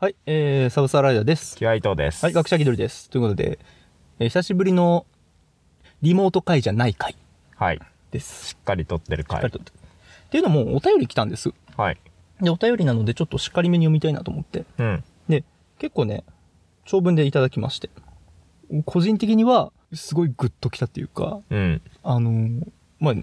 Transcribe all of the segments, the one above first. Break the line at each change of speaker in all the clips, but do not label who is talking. はい、えー、サブサーライダーです。
キュアイトです。
はい、学者気取りです。ということで、えー久しぶりのリモート会じゃない会
はい。し
です。し
っかり撮ってる
っか
回
り。とって。っていうのも、お便り来たんです。
はい。
で、お便りなので、ちょっとしっかりめに読みたいなと思って。
うん。
で、結構ね、長文でいただきまして。個人的には、すごいグッときたっていうか、
うん。
あのーまあ、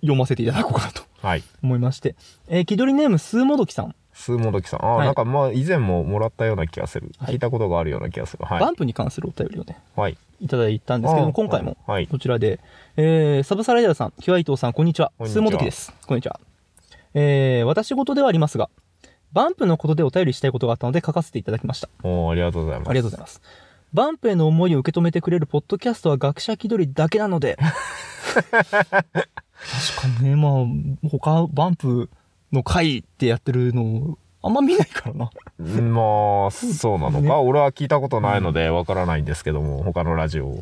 読ませていただこうかなと
はい。
思いまして。えー、気取りネーム、スーモドキさん。
スーモドキさん。ああ、
はい
なんかまあ以前ももらったような気がする。
はい
聞いたことがあるような気がする。は
バ
い。
ンプに関するお便りをね、
はい。
いただいたんですけど
あ
も、
ー
今回も
はい
こちらで、えーサブサライダーさん、キュア伊藤さん、こんにちは。
こんにち
ス
は
ーモドキです。こんにちは。えー私事ではありますが、バンプのことでお便りしたいことがあったので書かせていただきました。
おーありがとうございます。
ありがとうございます。バンプへの思いを受け止めてくれるポッドキャストは学者気取りだけなので。確かにね、まあ、他、バンプの会ってやってるの、あんま見ないからな。
す。まあ、そうなのか。
ね
俺は聞いたことないのでわからないんですけども、他のラジオを。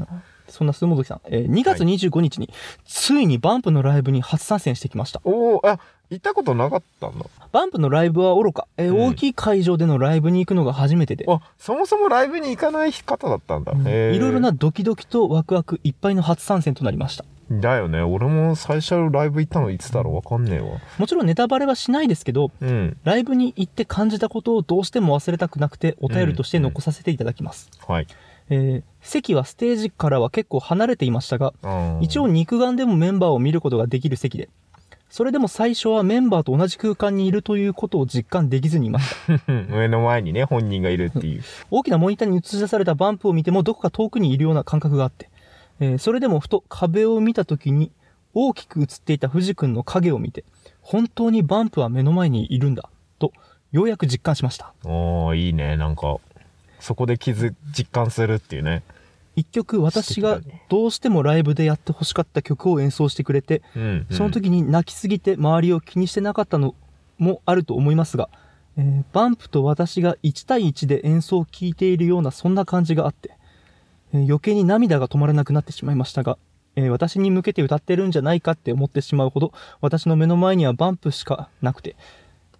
そんなスーモドキさん、えー2月25日に、ついにバンプのライブに初参戦してきました。
おおあ、行ったことなかったんだ。
バンプのライブはおろか、えー
うん
大きい会場でのライブに行くのが初めてで、
あ、そもそもライブに行かない方だったんだ。
うん
へー
いろいろな。ドキドキとワクワクいっぱいの初参戦となりました。
だよね。俺も最初ライブ行ったのいつだろうわかんねえわ。
もちろんネタバレはしないですけど、
うん。
ライブに行って感じたことをどうしても忘れたくなくて、お便りとして残させていただきます。
はい。
えー席はステージからは結構離れていましたが、
あー
一応肉眼でもメンバーを見ることができる席で、それでも最初はメンバーと同じ空間にいるということを実感できずにいました。
うん目の前にね本人がいるっていう
大きなモニターに映し出されたバンプを見てもどこか遠くにいるような感覚があって、えーそれでもふと壁を見た時に大きく映っていた藤君の影を見て、本当にバンプは目の前にいるんだ、と、ようやく実感しました。
おーいいねなんかそこで気づ実感するっていうね
一曲私が
素敵だね
どうしてもライブでやってほしかった曲を演奏してくれて、
うん、うん
その時に泣きすぎて周りを気にしてなかったのもあると思いますが、えーバンプと私が1対1で演奏を聴いているようなそんな感じがあって、えー余計に涙が止まらなくなってしまいましたが、えー私に向けて歌ってるんじゃないかって思ってしまうほど私の目の前にはバンプしかなくて、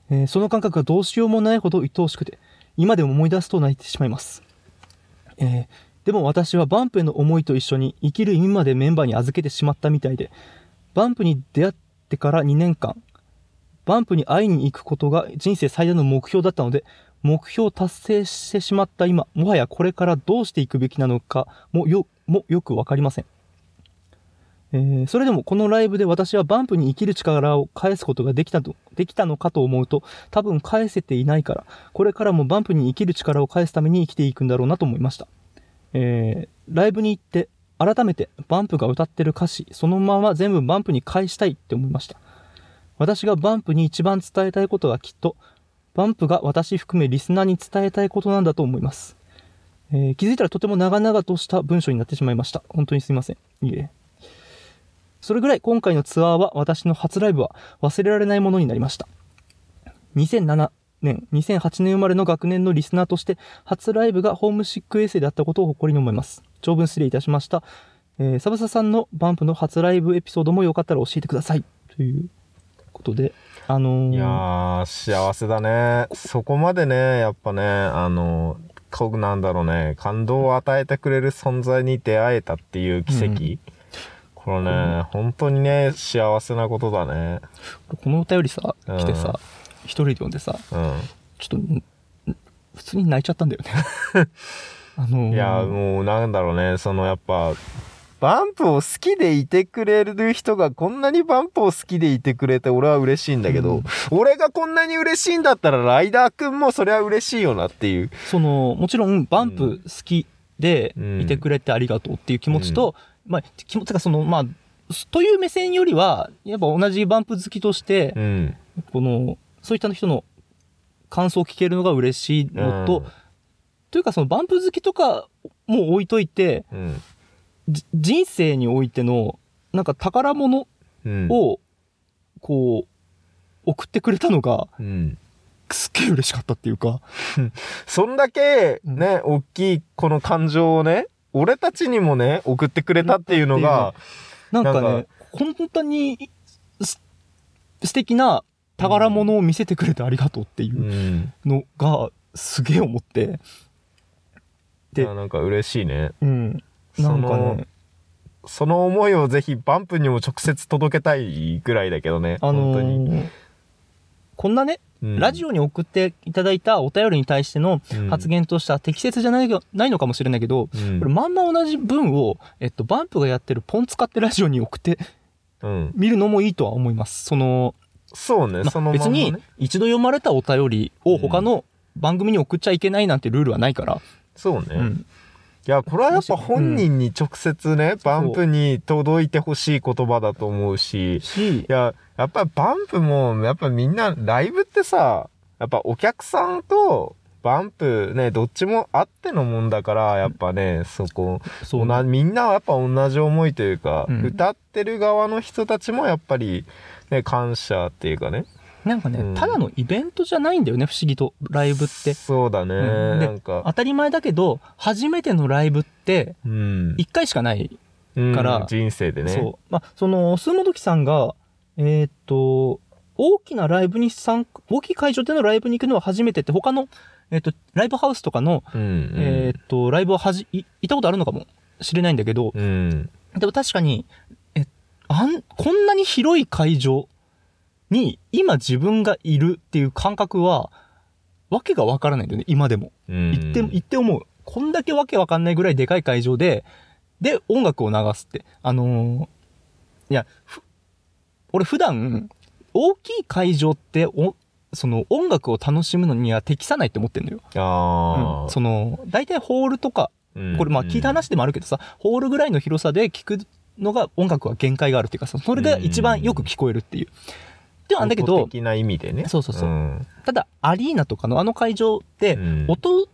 えーその感覚がどうしようもないほど愛おしくて今でも思い出すと泣いてしまいます、えーでも私はバンプへの思いと一緒に生きる意味までメンバーに預けてしまったみたいでバンプに出会ってから2年間、バンプに会いに行くことが人生最大の目標だったので、目標を達成してしまった今、もはやこれからどうしていくべきなのかもよもよくわかりません。えーそれでもこのライブで私はバンプに生きる力を返すことができたとできたのかと思うと多分返せていないからこれからもバンプに生きる力を返すために生きていくんだろうなと思いましたえーライブに行って改めてバンプが歌ってる歌詞そのまま全部バンプに返したいって思いました私がバンプに一番伝えたいことはきっとバンプが私含めリスナーに伝えたいことなんだと思います、えー気づいたらとても長々とした文章になってしまいました本当にすいませんいいえそれぐらい今回のツアーは私の初ライブは忘れられないものになりました2007年、2008年生まれの学年のリスナーとして、初ライブがホームシック衛星であったことを誇りに思います。長文失礼いたしました。えー、サブサさんのバンプの初ライブエピソードもよかったら教えてください。ということで、あのー
いやー幸せだねそこまでねやっぱねあのこうなんだろうね感動を与えてくれる存在に出会えたっていう奇跡、
うん
これね、本当にね幸せなことだね
このお便りさ、
うん
来てさ、一人で読んでさ、
うん
ちょっとん、普通に泣いちゃったんだよ ね。あのー
いやもうなんだろうねそのやっぱバンプを好きでいてくれる人がこんなにバンプを好きでいてくれて俺は嬉しいんだけど、
うん
俺がこんなに嬉しいんだったらライダーくんもそりゃ嬉しいよなっていう
そのもちろんバンプ好きで
うん
いてくれてありがとうっていう気持ちと、まあ気持ちがそのまあという目線よりはやっぱ同じバンプ好きとして、
うん
このそういった人の感想を聞けるのが嬉しいのと、というかそのバンプ好きとかも置いといて
うん
じ人生においてのなんか宝物
うん
をこう送ってくれたのが
うん
すっげえ嬉しかったっていうか、
そんだけね、大きいこの感情をね俺たちにもね送ってくれたっていうのが
なんかね、
なん
本当にす素敵な宝物を見せてくれてありがとうっていううんのが、すげえ思ってで
でなんか嬉しいね
うんなんかね
その思いをぜひバンプにも直接届けたいぐらいだけどね、
あの
本当に、
ーこんなね、
うん
ラジオに送っていただいたお便りに対しての
うん
発言としては適切じゃないがないのかもしれないけど、
うん
これまんま同じ文を、えっと、バンプがやってるポン使ってラジオに送って
うん、
みるのもいいとは思います。その、
そうね、
ま
そのまん
別
ま、ね、
に一度読まれたお便りを他の番組に送っちゃいけないなんてルールはないから。
そうね、
うん
いやこれはやっぱ本人に直接ね、バンプに届いてほしい言葉だと思うし
し
い、ややっぱバンプもやっぱみんなライブってさやっぱお客さんとバンプねどっちもあってのもんだからやっぱねそこ
そう
同じみんなはやっぱ同じ思いというか、
うん
歌ってる側の人たちもやっぱり、ね、感謝っていうかね
なんかね、
うん
ただのイベントじゃないんだよね、不思議と、ライブって。
そうだね、
うんで
なん
当
か、
たり前だけど、初めてのライブって、
うん、
1回しかない。から
うん人生でね
そう。まあ、その、スーモドキさんが、えーっと、大きなライブに参加、大きい会場でのライブに行くのは初めてって、他の、えーっと、ライブハウスとかの、
うんうん
えーっと、ライブははじ、い行ったことあるのかもしれないんだけど、
うん
でも確かに、え、あん、こんなに広い会場に今自分がいるっていう感覚は、わけがわからないんだよね、今でも。
うん
言って、言って思う。こんだけわけわかんないぐらいでかい会場で、で、音楽を流すって。あのーいや、ふ俺普段、大きい会場って、お、その音楽を楽しむのには適さないって思ってんのよ。う
あ
ん、
あ、
その、大体ホールとか、これまあ聞いた話でもあるけどさ、ホールぐらいの広さで聞くのが音楽は限界があるっていうかさ、それが一番よく聞こえるっていう。ではあんだけ
音
ど、
的な意味でね
そうそうそう
うん
ただアリーナとかのあの会場って、
うん
音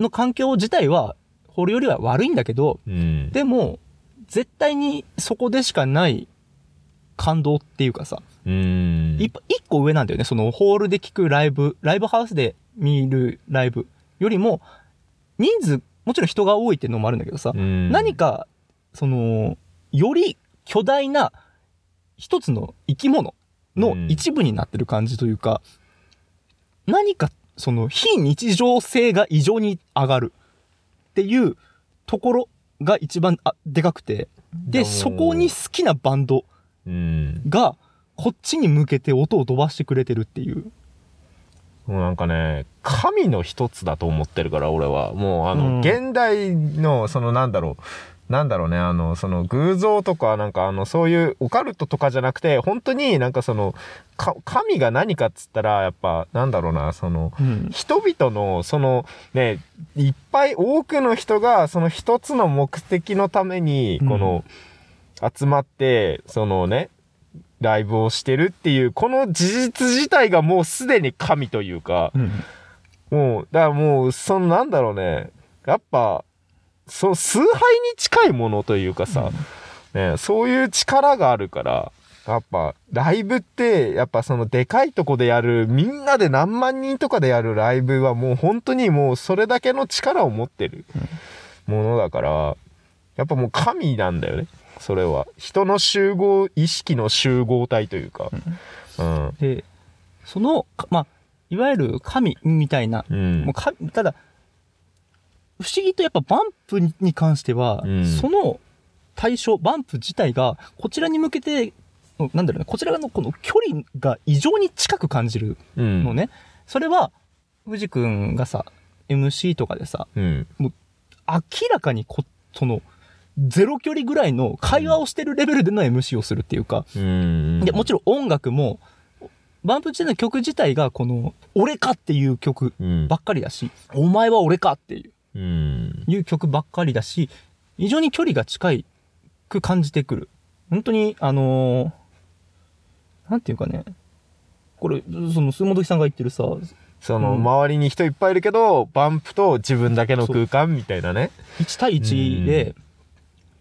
の環境自体はホールよりは悪いんだけど、
うん
でも絶対にそこでしかない感動っていうかさ、
うん
一一個上なんだよね。そのホールで聞くライブ、ライブハウスで見るライブよりも、人数、もちろん人が多いっていうのもあるんだけどさ、
うん
何かそのより巨大な一つの生き物の一部になってる感じというか、何かその非日常性が異常に上がるっていうところが一番あでかくて
い
で
やもう
そこに好きなバンド
うん
がこっちに向けて音を飛ばしてくれてるっていう
もうなんかね神の一つだと思ってるから俺はもうあの、
うん
現代のそのなんだろうなんだろうねあのその偶像とかなんかあのそういうオカルトとかじゃなくて本当になんかそのか神が何かっつったらやっぱなんだろうなその
うん
人々のそのねいっぱい多くの人がその一つの目的のために
うん
この、集まってそのねライブをしてるっていうこの事実自体がもうすでに神というか
うん
もうだからもうそのなんだろうねやっぱそう崇拝に近いものというかさ、ね、そういう力があるからやっぱライブってやっぱそのでかいとこでやるみんなで何万人とかでやるライブはもう本当にもうそれだけの力を持ってるものだからやっぱもう神なんだよねそれは人の集合意識の集合体というかうん
でそのかまあいわゆる神みたいな
うん
もうかただ不思議とやっぱバンプに関しては、
うん
その対象バンプ自体がこちらに向けてうんなんだろうねこちらのこの距離が異常に近く感じる
うん
のね、それは藤君がさ MC とかでさ
うん
明らかにこそのゼロ距離ぐらいの会話をしてるレベルでの MC をするっていうか、
うん
でもちろん音楽もバンプ自体の曲自体がこの「俺か」っていう曲
うん
ばっかりだし「お前は俺か」っていう
うん
いう曲ばっかりだし、非常に距離が近いく感じてくる。本当に、あのーなんていうかね、これ、その、スーモドキさんが言ってるさ、
そうの
ん
周りに人いっぱいいるけどバンプと自分だけの空間みたいなね
1対1で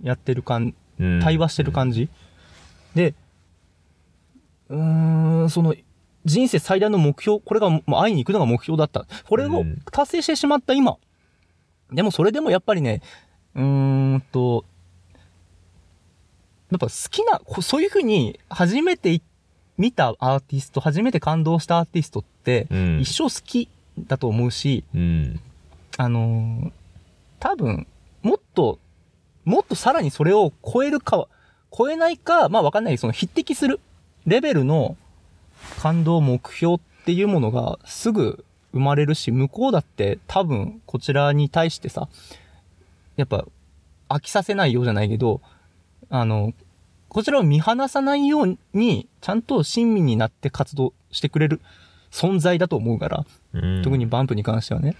やってる感、対話してる感じ。で、うーん、その、人生最大の目標、これが、もう会いに行くのが目標だった。これを達成してしまった今。でもそれでもやっぱりね、うーんと、やっぱ好きな、こそういうふうに初めて見たアーティスト、初めて感動したアーティストって、
うん
一生好きだと思うし、
うん。
あのー多分、もっと、もっとさらにそれを超えるかは、超えないか、まあわかんないけど、その匹敵するレベルの感動、目標っていうものがすぐ生まれるし、向こうだって多分こちらに対してさ、やっぱ飽きさせないようじゃないけど、あの、こちらを見放さないように、ちゃんと親身になって活動してくれる存在だと思うから、
うん
特にバンプに関してはね。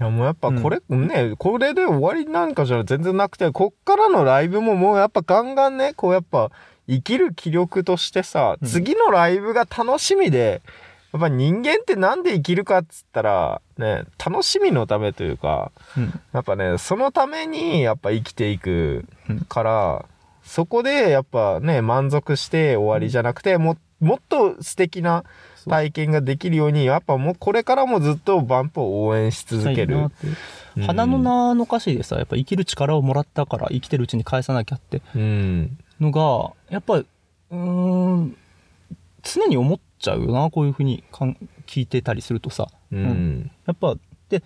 いやもうやっぱこれ、ね、これで終わりなんかじゃ全然なくて、こっからのライブももうやっぱガンガンね、こうやっぱ生きる気力としてさ、
うん
次のライブが楽しみで、やっぱ人間ってなんで生きるかっつったら、ね、楽しみのためというか、
うん。
やっぱね、そのためにやっぱ生きていくから、そこでやっぱね、満足して終わりじゃなくて、ももっと素敵な体験ができるように、やっぱもうこれからもずっとバンプを応援し続け
し
る。
たいなって
うん
花の名の歌詞でさやっぱ生きる力をもらったから生きてるうちに返さなきゃって
うん。
のがやっぱうーん常に思っちゃうよなこういうふうにかん聞いてたりするとさ
う。
うんやっぱで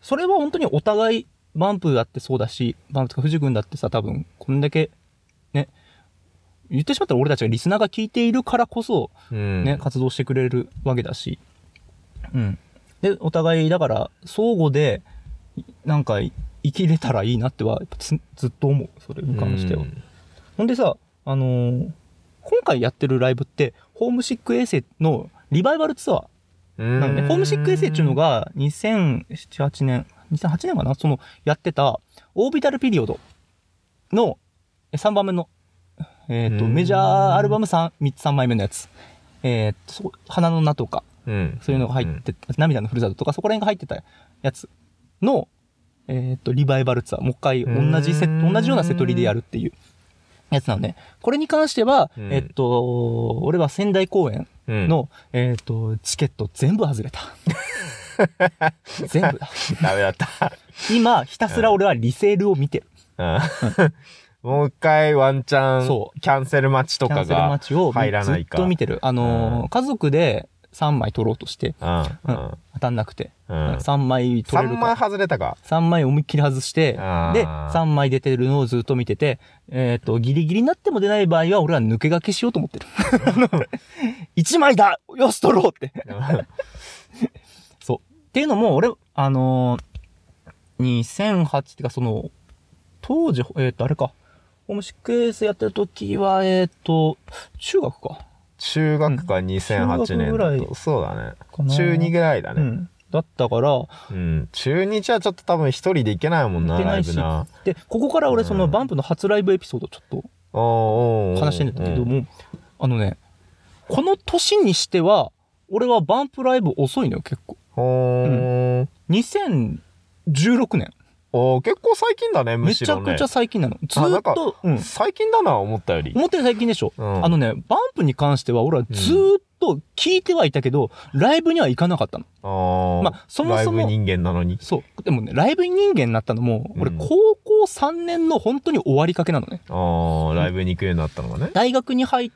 それは本当にお互いバンプだってそうだしバンプとか藤君だってさ多分こんだけね言ってしまったら俺たちがリスナーが聞いているからこそ
うん。
ね、活動してくれるわけだし、うん、でお互いだから相互でいなんか生きれたらいいなってはやっぱつずっと思うそれに関しては、
うん
ほんでさ、あのー今回やってるライブってホームシック衛星のリバイバルツアーなのね、ホームシックエッセイっていうの、が2007、8年、2008年かなそのやってた、オービタルピリオドの3番目の、えっ、と、
うん
メジャーアルバム 3, 3, 枚目のやつ。えっ、とそこ、花の名とか、
うん
そういうのが入って、涙のふるさととか、そこら辺が入ってたやつの、えっ、と、リバイバルツアー。もう一回同じセッ
う
ト、
ん
同じようなセトリでやるっていうやつなのね。これに関しては、
うん
えっ、と、俺は仙台公演
うん、
の、えっ、と、チケット全部外れた。全部だ。
ダメだった。
今、ひたすら俺はリセールを見てる。
うんもう一回ワンチャン、
そう
キャンセル待ちと
キャ
か
ンセル
が。
待ちを
入ら
ず
ない
っ
か
と見てる。あのー
うん
家族で3枚取ろうとして、
うんうん
当たんなくて。
うん
3枚取れ
3
るか
枚。外れた か。
3枚思いっきり外して、で、
あー
3枚出てるのをずっと見てて、えっ、と、ギリギリになっても出ない場合は、俺は抜け駆けしようと思ってる。1枚だよし、取ろうって。そう。っていうのも、俺、あのー2008ってか、その、当時、えっ、と、あれか、ホームシックエースやってる時は、えっ、と、中学か。
中学か2008
中学ぐらい
年だと。そうだね。
かな
中2ぐらいだ
う
ね。
ん。だったから、
うん。中2じゃちょっと多分一人で行けないもん
行
な、
けな
ライ
い
ブ
し
な。
で、ここから俺、そうの、
ん
バンプの初ライブエピソードちょっ
おーおーお
と
ー
話してんだけど。も、あのね、この年にしては、俺はバンプライブ遅いのよ、結構。
うんほー
2016年。
おー結構最近だね、む
め
し
ちゃ
ろね。
くちゃ最近なの。ずー
なん
っ
か
と、うん。
最近だな、思ったより。
思ってる最近でしょ、
うん
あのね、バンプに関しては俺はずーっと聞いてはいたけど、ライブには行かなかったの。
ああ。
まあそもそも
ライブ人間なのに。
そう。でもね、ライブ人間になったのも、俺
うん
高校3年の本当に終わりかけなのね。
ああ、ライブに行くようになったのがね。
大学に入っ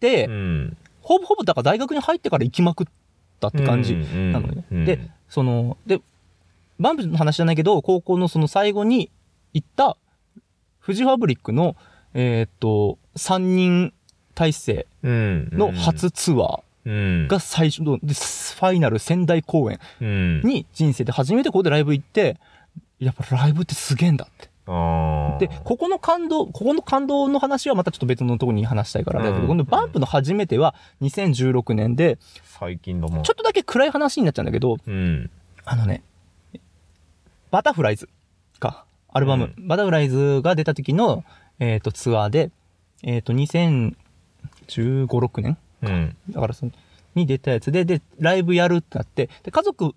て、
うん。
ほぼほぼだから大学に入ってから行きまくったって感じ。な
な
のね
うん、
でその、で、バンプの話じゃないけど、高校のその最後に行った、フジファブリックの、えーっと、3人体制
うん、
の初ツアー
が、
が最初の、で、ファイナル仙台公演。
うん、
に人生で初めてここでライブ行って、やっぱライブってすげえんだって。
あ
で、ここの感動、ここの感動の話はまたちょっと別のところに話したいからあれだけど、
うん
このバンプの初めては2016年で、
ー最近だもん。
ちょっとだけ暗い話になっちゃうんだけど、
うん。
あのね、バタフライズか、アルバム、バタフライズが出た時の、えー、とツアーで、えっ、と、2015、6年
うん。
だからその、に出たやつで、で、ライブやるってなって、で、家族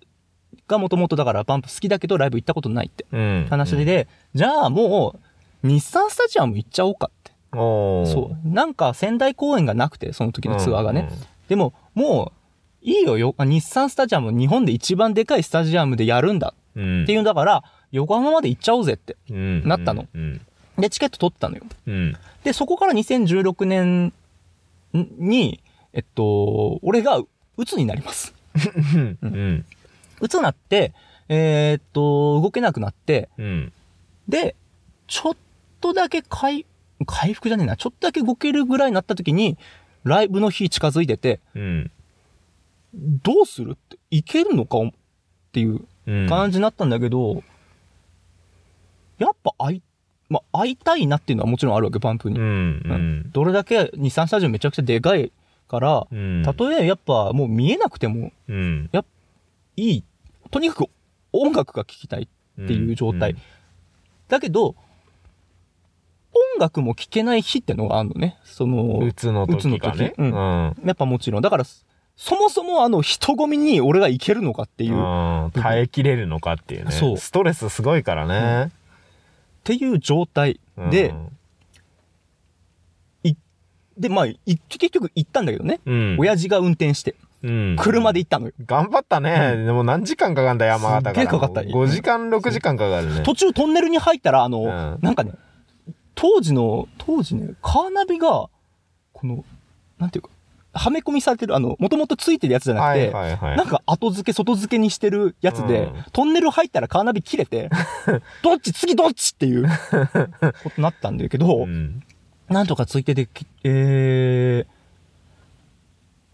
がもともとだからバンプ好きだけどライブ行ったことないって
うん。
話で、じゃあもう、日産スタジアム行っちゃおうかって。
うん、おー
そう。なんか仙台公演がなくて、その時のツアーがね。。でも、もう、いいよよ、あ日産スタジアム、日本で一番でかいスタジアムでやるんだ
うんうん。
っていううんだから、横浜まで行っちゃおうぜって。
ん、
なったの
うん。
で、チケット取ったのよ。
うん。
で、そこから2016年に、えっと、俺が鬱になります。
うん。うん。
鬱なって、えーっと、動けなくなって、
うん。
で、ちょっとだけ回、回復じゃねえな、ちょっとだけ動けるぐらいになった時に、ライブの日近づいてて、
うん。
どうするって、いけるのかっていう
うん。
感じになったんだけど、やっぱ会い、まあ、会いたいなっていうのはもちろんあるわけ、バンプに。
うん。
どれだけ日産スタジオめちゃくちゃでかいから、
うん。
たとえやっぱもう見えなくても
うん。
いい。とにかく音楽が聴きたい。
って
いう状態。だけど、音楽も聴けない日ってのがあるのね。その、
うつの時がね。
鬱の時やっぱもちろん。だから、そそもそもあの人混みに俺が行けるのかっていう、っ
うん耐えきれるのかっていうね。
そう
ストレスすごいからね。
ていう状態
うん
で、、で、まあ、い結局行ったんだけどね。
うん。
親父が運転して、
うん
車で行ったのよ。
頑張ったね。でも何時間かかんだ、山形から。
すっげえかかった
5時間、6時間かかるね。
途中トンネルに入ったら、あの、
うん
なんかね、当時の、当時ね、カーナビが、この、なんていうか、はめ込みされてる、あの、もともとついてるやつじゃなくて、
はいはいは
ないん。か後付け、外付けにしてるやつで、
うん
トンネル入ったらカーナビ切れ て、どっち、次どっちっていうことになったんだけど、
うん
なんとかついてて、きえ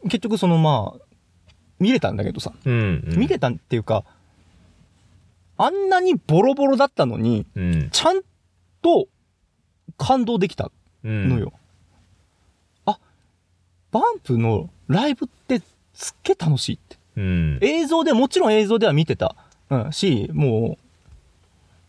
ー、結局そのまあ、見れたんだけどさ、
うん。うん
見れたっていうか、あんなにボロボロだったのに、
うん。
ちゃんと感動できた
うん
の。よ。あ、バンプのライブってすっげえ楽しいって。
うん。
映像でもちろん映像では見てた、うん、しもう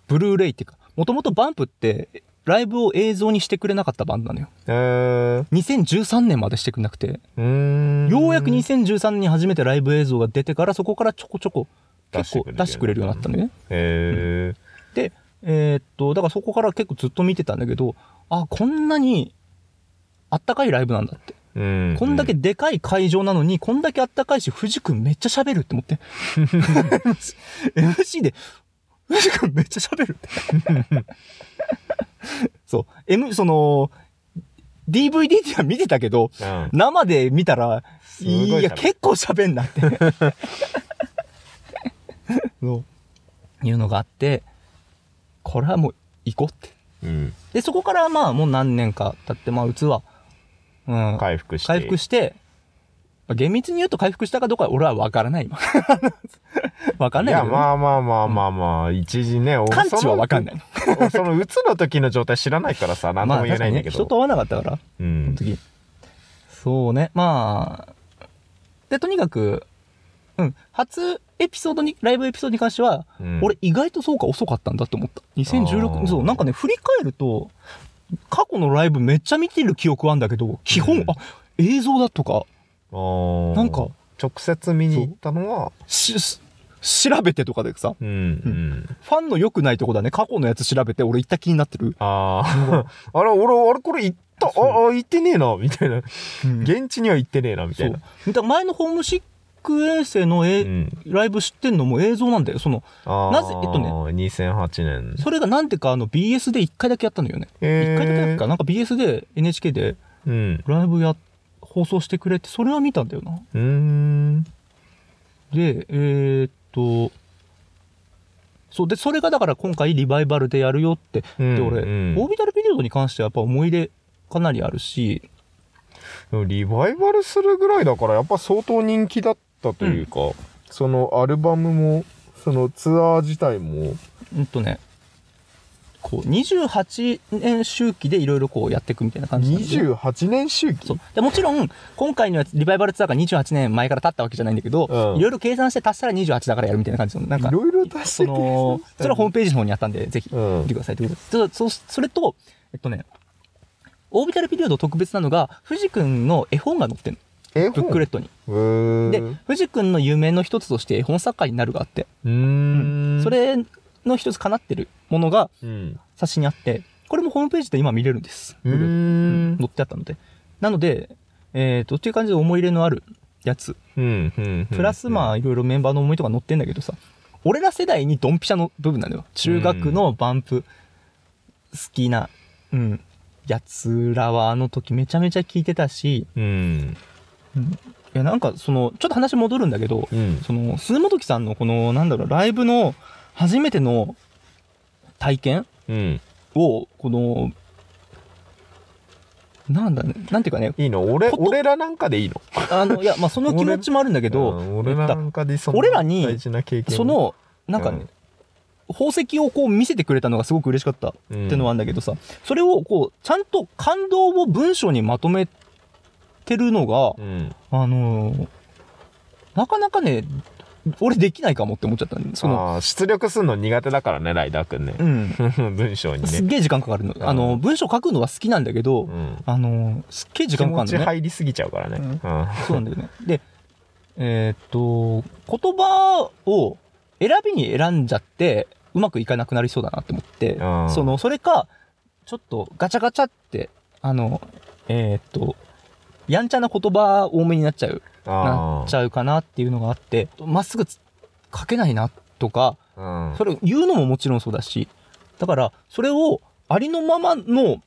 ブルーレイっていうかもともとバンプってライブを映像にしてくれなかったバンドなのよ
えー
2013年までしてくれなくて
うーん
ようやく2013年に初めてライブ映像が出てからそこからちょこちょこ結構出
出
し
してて
く
く
れ
れ
る
る
よ
よ
う
う
に
に
な
な
っ
ったた
のね
へえ。
でえーっとだからそこから結構ずっと見てたんだけどあこんなにあったかいライブなんだって
うん
こんだけ
う
でかい会場なのに、こんだけあったかいし、藤君めっちゃ喋るって思って。MC で、藤君めっちゃ喋るって。 そう。M、その、DVD では見てたけど、
ん
生で見たら、
ごい
い
喋る
や、結構喋んな って。そう。いうのがあって、これはもう行こうって。
うん
で、そこからまあもう何年か経って、まあうつは、うん、
回復して
回復して、まあ厳密に言うと回復したかどうかは俺は分から ない。今分かんな
い
いけ
や
どね、
まあまあまあまあまあ一時ね
完治は分かん
な
ない。
いそのうつの時の状態知らないからさ何 と
まあ
も言え
確か
ない
に
ん
ね、
だけ
人
ど
と会わなかったから、
う
その
ん
時。そうね、まあ。で、とにかく、うん、初エピソードに、ライブエピソードに関しては、
うん
俺意外とそうか遅かったんだって思った。
あ
2016、
ー
そう、なんかね、振り返ると、過去のライブめっちゃ見てる記憶あんだけど、基本、
うん
あ、映像だとか、
あー
なんか
直接見に行ったのは
し、し調べてとかでさ、
うんうん
ファンの良くないとこだね。過去のやつ調べて、俺行った気になってる。
あ ああれ俺あれこれ行ったあ
そ
あ行ってねえなみたいな
ゲ
現地には行ってねえなみ
そ
た
う
い
だ
な
から前のホームシック衛星のえ、
うん
ライブ知ってんのも映像なんだよ。その、な
な
ぜえっとね
2008年
それがなんでかあの BS で1回だけやったのよね。1回だけやっ
え
たか、なんか BS で NHK で
うん
ライブや、放送してくれて、それは見たんだよな。
うーん
で、えーっと、そう、で、それがだから今回リバイバルでやるよって。
うん
で、俺、
うん
オービタルビデオに関してはやっぱ思い出かなりあるし、
でもリバイバルするぐらいだからやっぱ相当人気だったというか、そのアルバムもそのツアー自体も
うんとね、こう、28年周期でいろいろこうやっていくみたいな感じなんで。
28年周期
そうでもちろん、今回のやつ、リバイバルツアーが28年前から経ったわけじゃないんだけど、
うん
いろいろ計算して足したら28だからやるみたいな感じの、なん
い
か、
ろいろ出して
その、それはホームページの方にあったんで、ぜひ、
うん
見てくださいということで。そそそれと、えっとね、オービタルピリオド特別なのが、藤君の絵本が載ってる
え
の、ブックレットに。
うーん
で
う、
藤君の夢の一つとして絵本作家になるがあって、
ーん
それの一つかなってるものが、
うん
冊子にあって、これもホームページで今見れるんです。
うーん
載ってあったので。なので、えっ、と、っていう感じで思い入れのあるやつ。
うんうん
プラスまあ、いろいろメンバーの思いとか載ってんだけどさ、俺ら世代にドンピシャの部分なのよ。中学のバンプ、好きな、うん、やつらはあの時めちゃめちゃ聞いてたし、
うん
うんいやなんかそのちょっと話戻るんだけど、
うん
その鈴本木さんのこのなんだろうライブの初めての体験
うん
をこのなんだねなんていうかね
いいの俺
こと
俺らなんかでいいの
あのいやまあ その気持ちもあるんだけど
うん俺らなんかでその
俺らに
大事な経験
そのなんかね、
うん
宝石をこう見せてくれたのがすごく嬉しかったっていうのはあるんだけどさ、それをこうちゃんと感動を文章にまとめてるのが、
うん
あのーなかなかね俺できないかもって思っちゃったねその
あー出力するの苦手だからねライダーくんね
うん
文章に
す
ね
っげえ時間かかるの、
ん
あの文章書くのは好きなんだけど、
うん
あのーすっげえ時
気
間かか
持
る
ち
のね
入りすぎちゃうからね
うん
うん
そうなんだよね。で、えーっと、言葉を選びに選んじゃって、うまくいかなくなりそうだなって思って
うん、
その、それか、ちょっとガチャガチャって、あの、えーっと、やんちゃな言葉多めになっちゃう、な
あ
っち
ー
ゃうかなっていうのがあって、まっすぐつ書けないなとか、
うん
それを言うのももちろんそうだし、だから、それをありのままの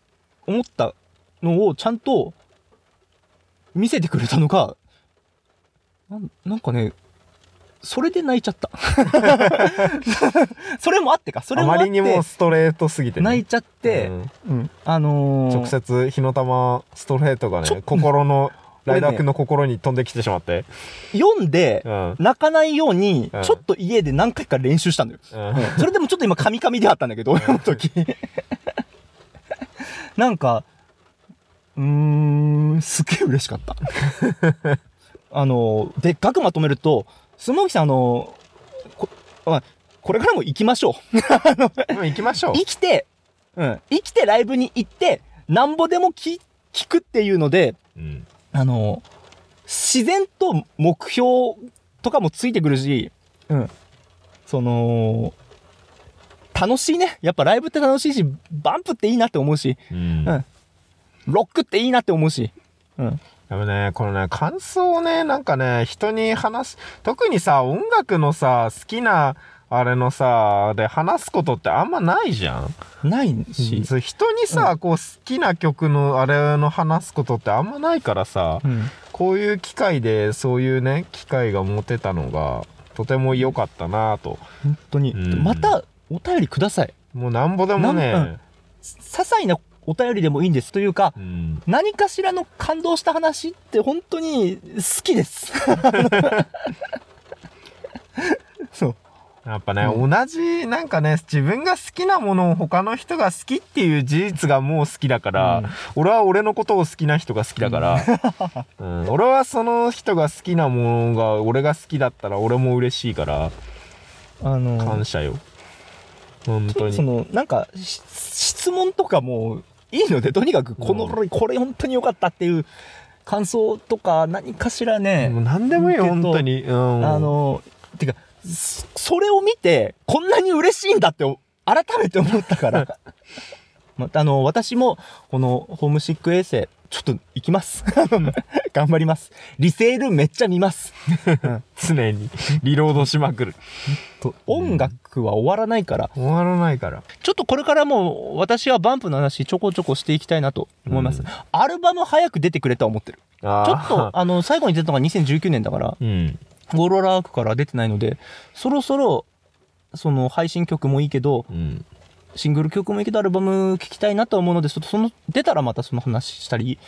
思ったのをちゃんと見せてくれたのが、なんなんかね、それで泣いちゃ った。それもあってか、それ
あ
もあ
ま
って
りにもストレートすぎてね
泣いちゃっ
う
て、
ん
うんあのー
直接火の玉ストレートが
ちょ
ね心のライダーくんの心に飛んできてしまって
読んで
う、ん
泣かないように、
うん
ちょっと家で何回か練習したんだよ。
うん
それでもちょっと今カミカミであったんだけど俺の時 なんかうーんすげえ嬉しかった あのでっかくまとめると相撲木さんあのこあこれからも行きましょう
でも行きましょう
生きて、うん、生きてライブに行ってなんぼでも聞聞くっていうので
うん
あの自然と目標とかもついてくるし、うん、その楽しいねやっぱライブって楽しいしバンプっていいなって思うし
うん
うんロックっていいなって思うし、うん、
でもね、このね、感想をね、なんかね、人に話す、特にさ、音楽のさ、好きな、あれのさ、で話すことってあんまないじゃん。
ないし、
そう人にさ、こう、好きな曲の、あれの話すことってあんまないからさ、
うん
こういう機会で、そういうね、機会が持てたのが、とても良かったなと。
本当に、
うん
またお便りください
もうなんぼでもね、
些細なお便りでもいいんですというか
うん。
何かしらの感動した話って本当に好きです そう
やっぱね、
う
同じ、なんかね、自分が好きなものを他の人が好きっていう事実がもう好きだから、
うん
俺は俺のことを好きな人が好きだから、 うん俺はその人が好きなものが俺が好きだったら俺も嬉しいから、
あの
感謝よ。本当
そ
に。
のなんかし質問とかもいいのでとにかくこの、これ本当に良かったっていう感想とか何かしらね、
もう何でもいいよ、
けど
本当に。うん。
あのてかそそれを見てこんなに嬉しいんだってお改めて思ったから またあの私もこのホームシック衛星ちょっと行きます 頑張りますリセールめっちゃ見ます
常 にリロードしまくる。
と音楽は終わらないから
終わらないから。
ちょっとこれからも私はバンプの話ちょこちょこしていきたいなと思います。
うん
アルバム早く出てくれとは思ってる。
ち
ちょっと、あの、最後に出たのが2019年だから、
うん。
ゴロラークから出てないので、そろそろ、その配信曲もいいけど、
うん。
シングル曲もいいけど、アルバム聴きたいなとは思うので、そその、出たらまたその話したり、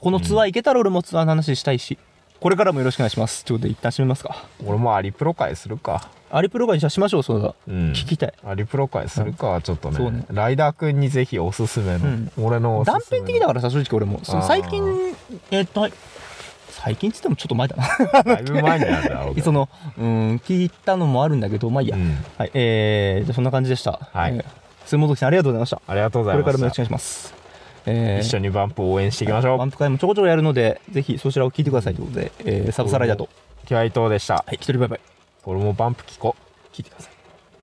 このツアー行けたら俺もツアーの話したいし、これからもよろしくお願いします。ということで一旦閉めますか。
俺もアリプロ会するか。
アリプロガにしましょう、そうだ。
うん。
聞きたい。
アリプロ会するか、ちょっと
そう
ね
ね
ライダーくんにぜひおすすめの、
うん
俺のおすすめ
断
の
片的だからさ正直俺もその
あー
最近えっとはい最近っつってもちょっと前だな
だいぶ前になるだろうけ ど
そのうん聞いたのもあるんだけどまあいいや、
うん
はいえー、じゃあそんな感じでした
はい
えー杉本さんありがとうございました
ありがとうご
こ
ざい
れ
ま
から
し
もよろ
た
しくお願いしますえ
一緒
に
にバンプ応援していきましょう、
ワンプ会もちょこちょこやるのでぜひそちらを聞いてくださいということで、えーサブサライダーと
キワイトーでした、
はい一人バイバイ
俺もバンプ聞こう
聞いてください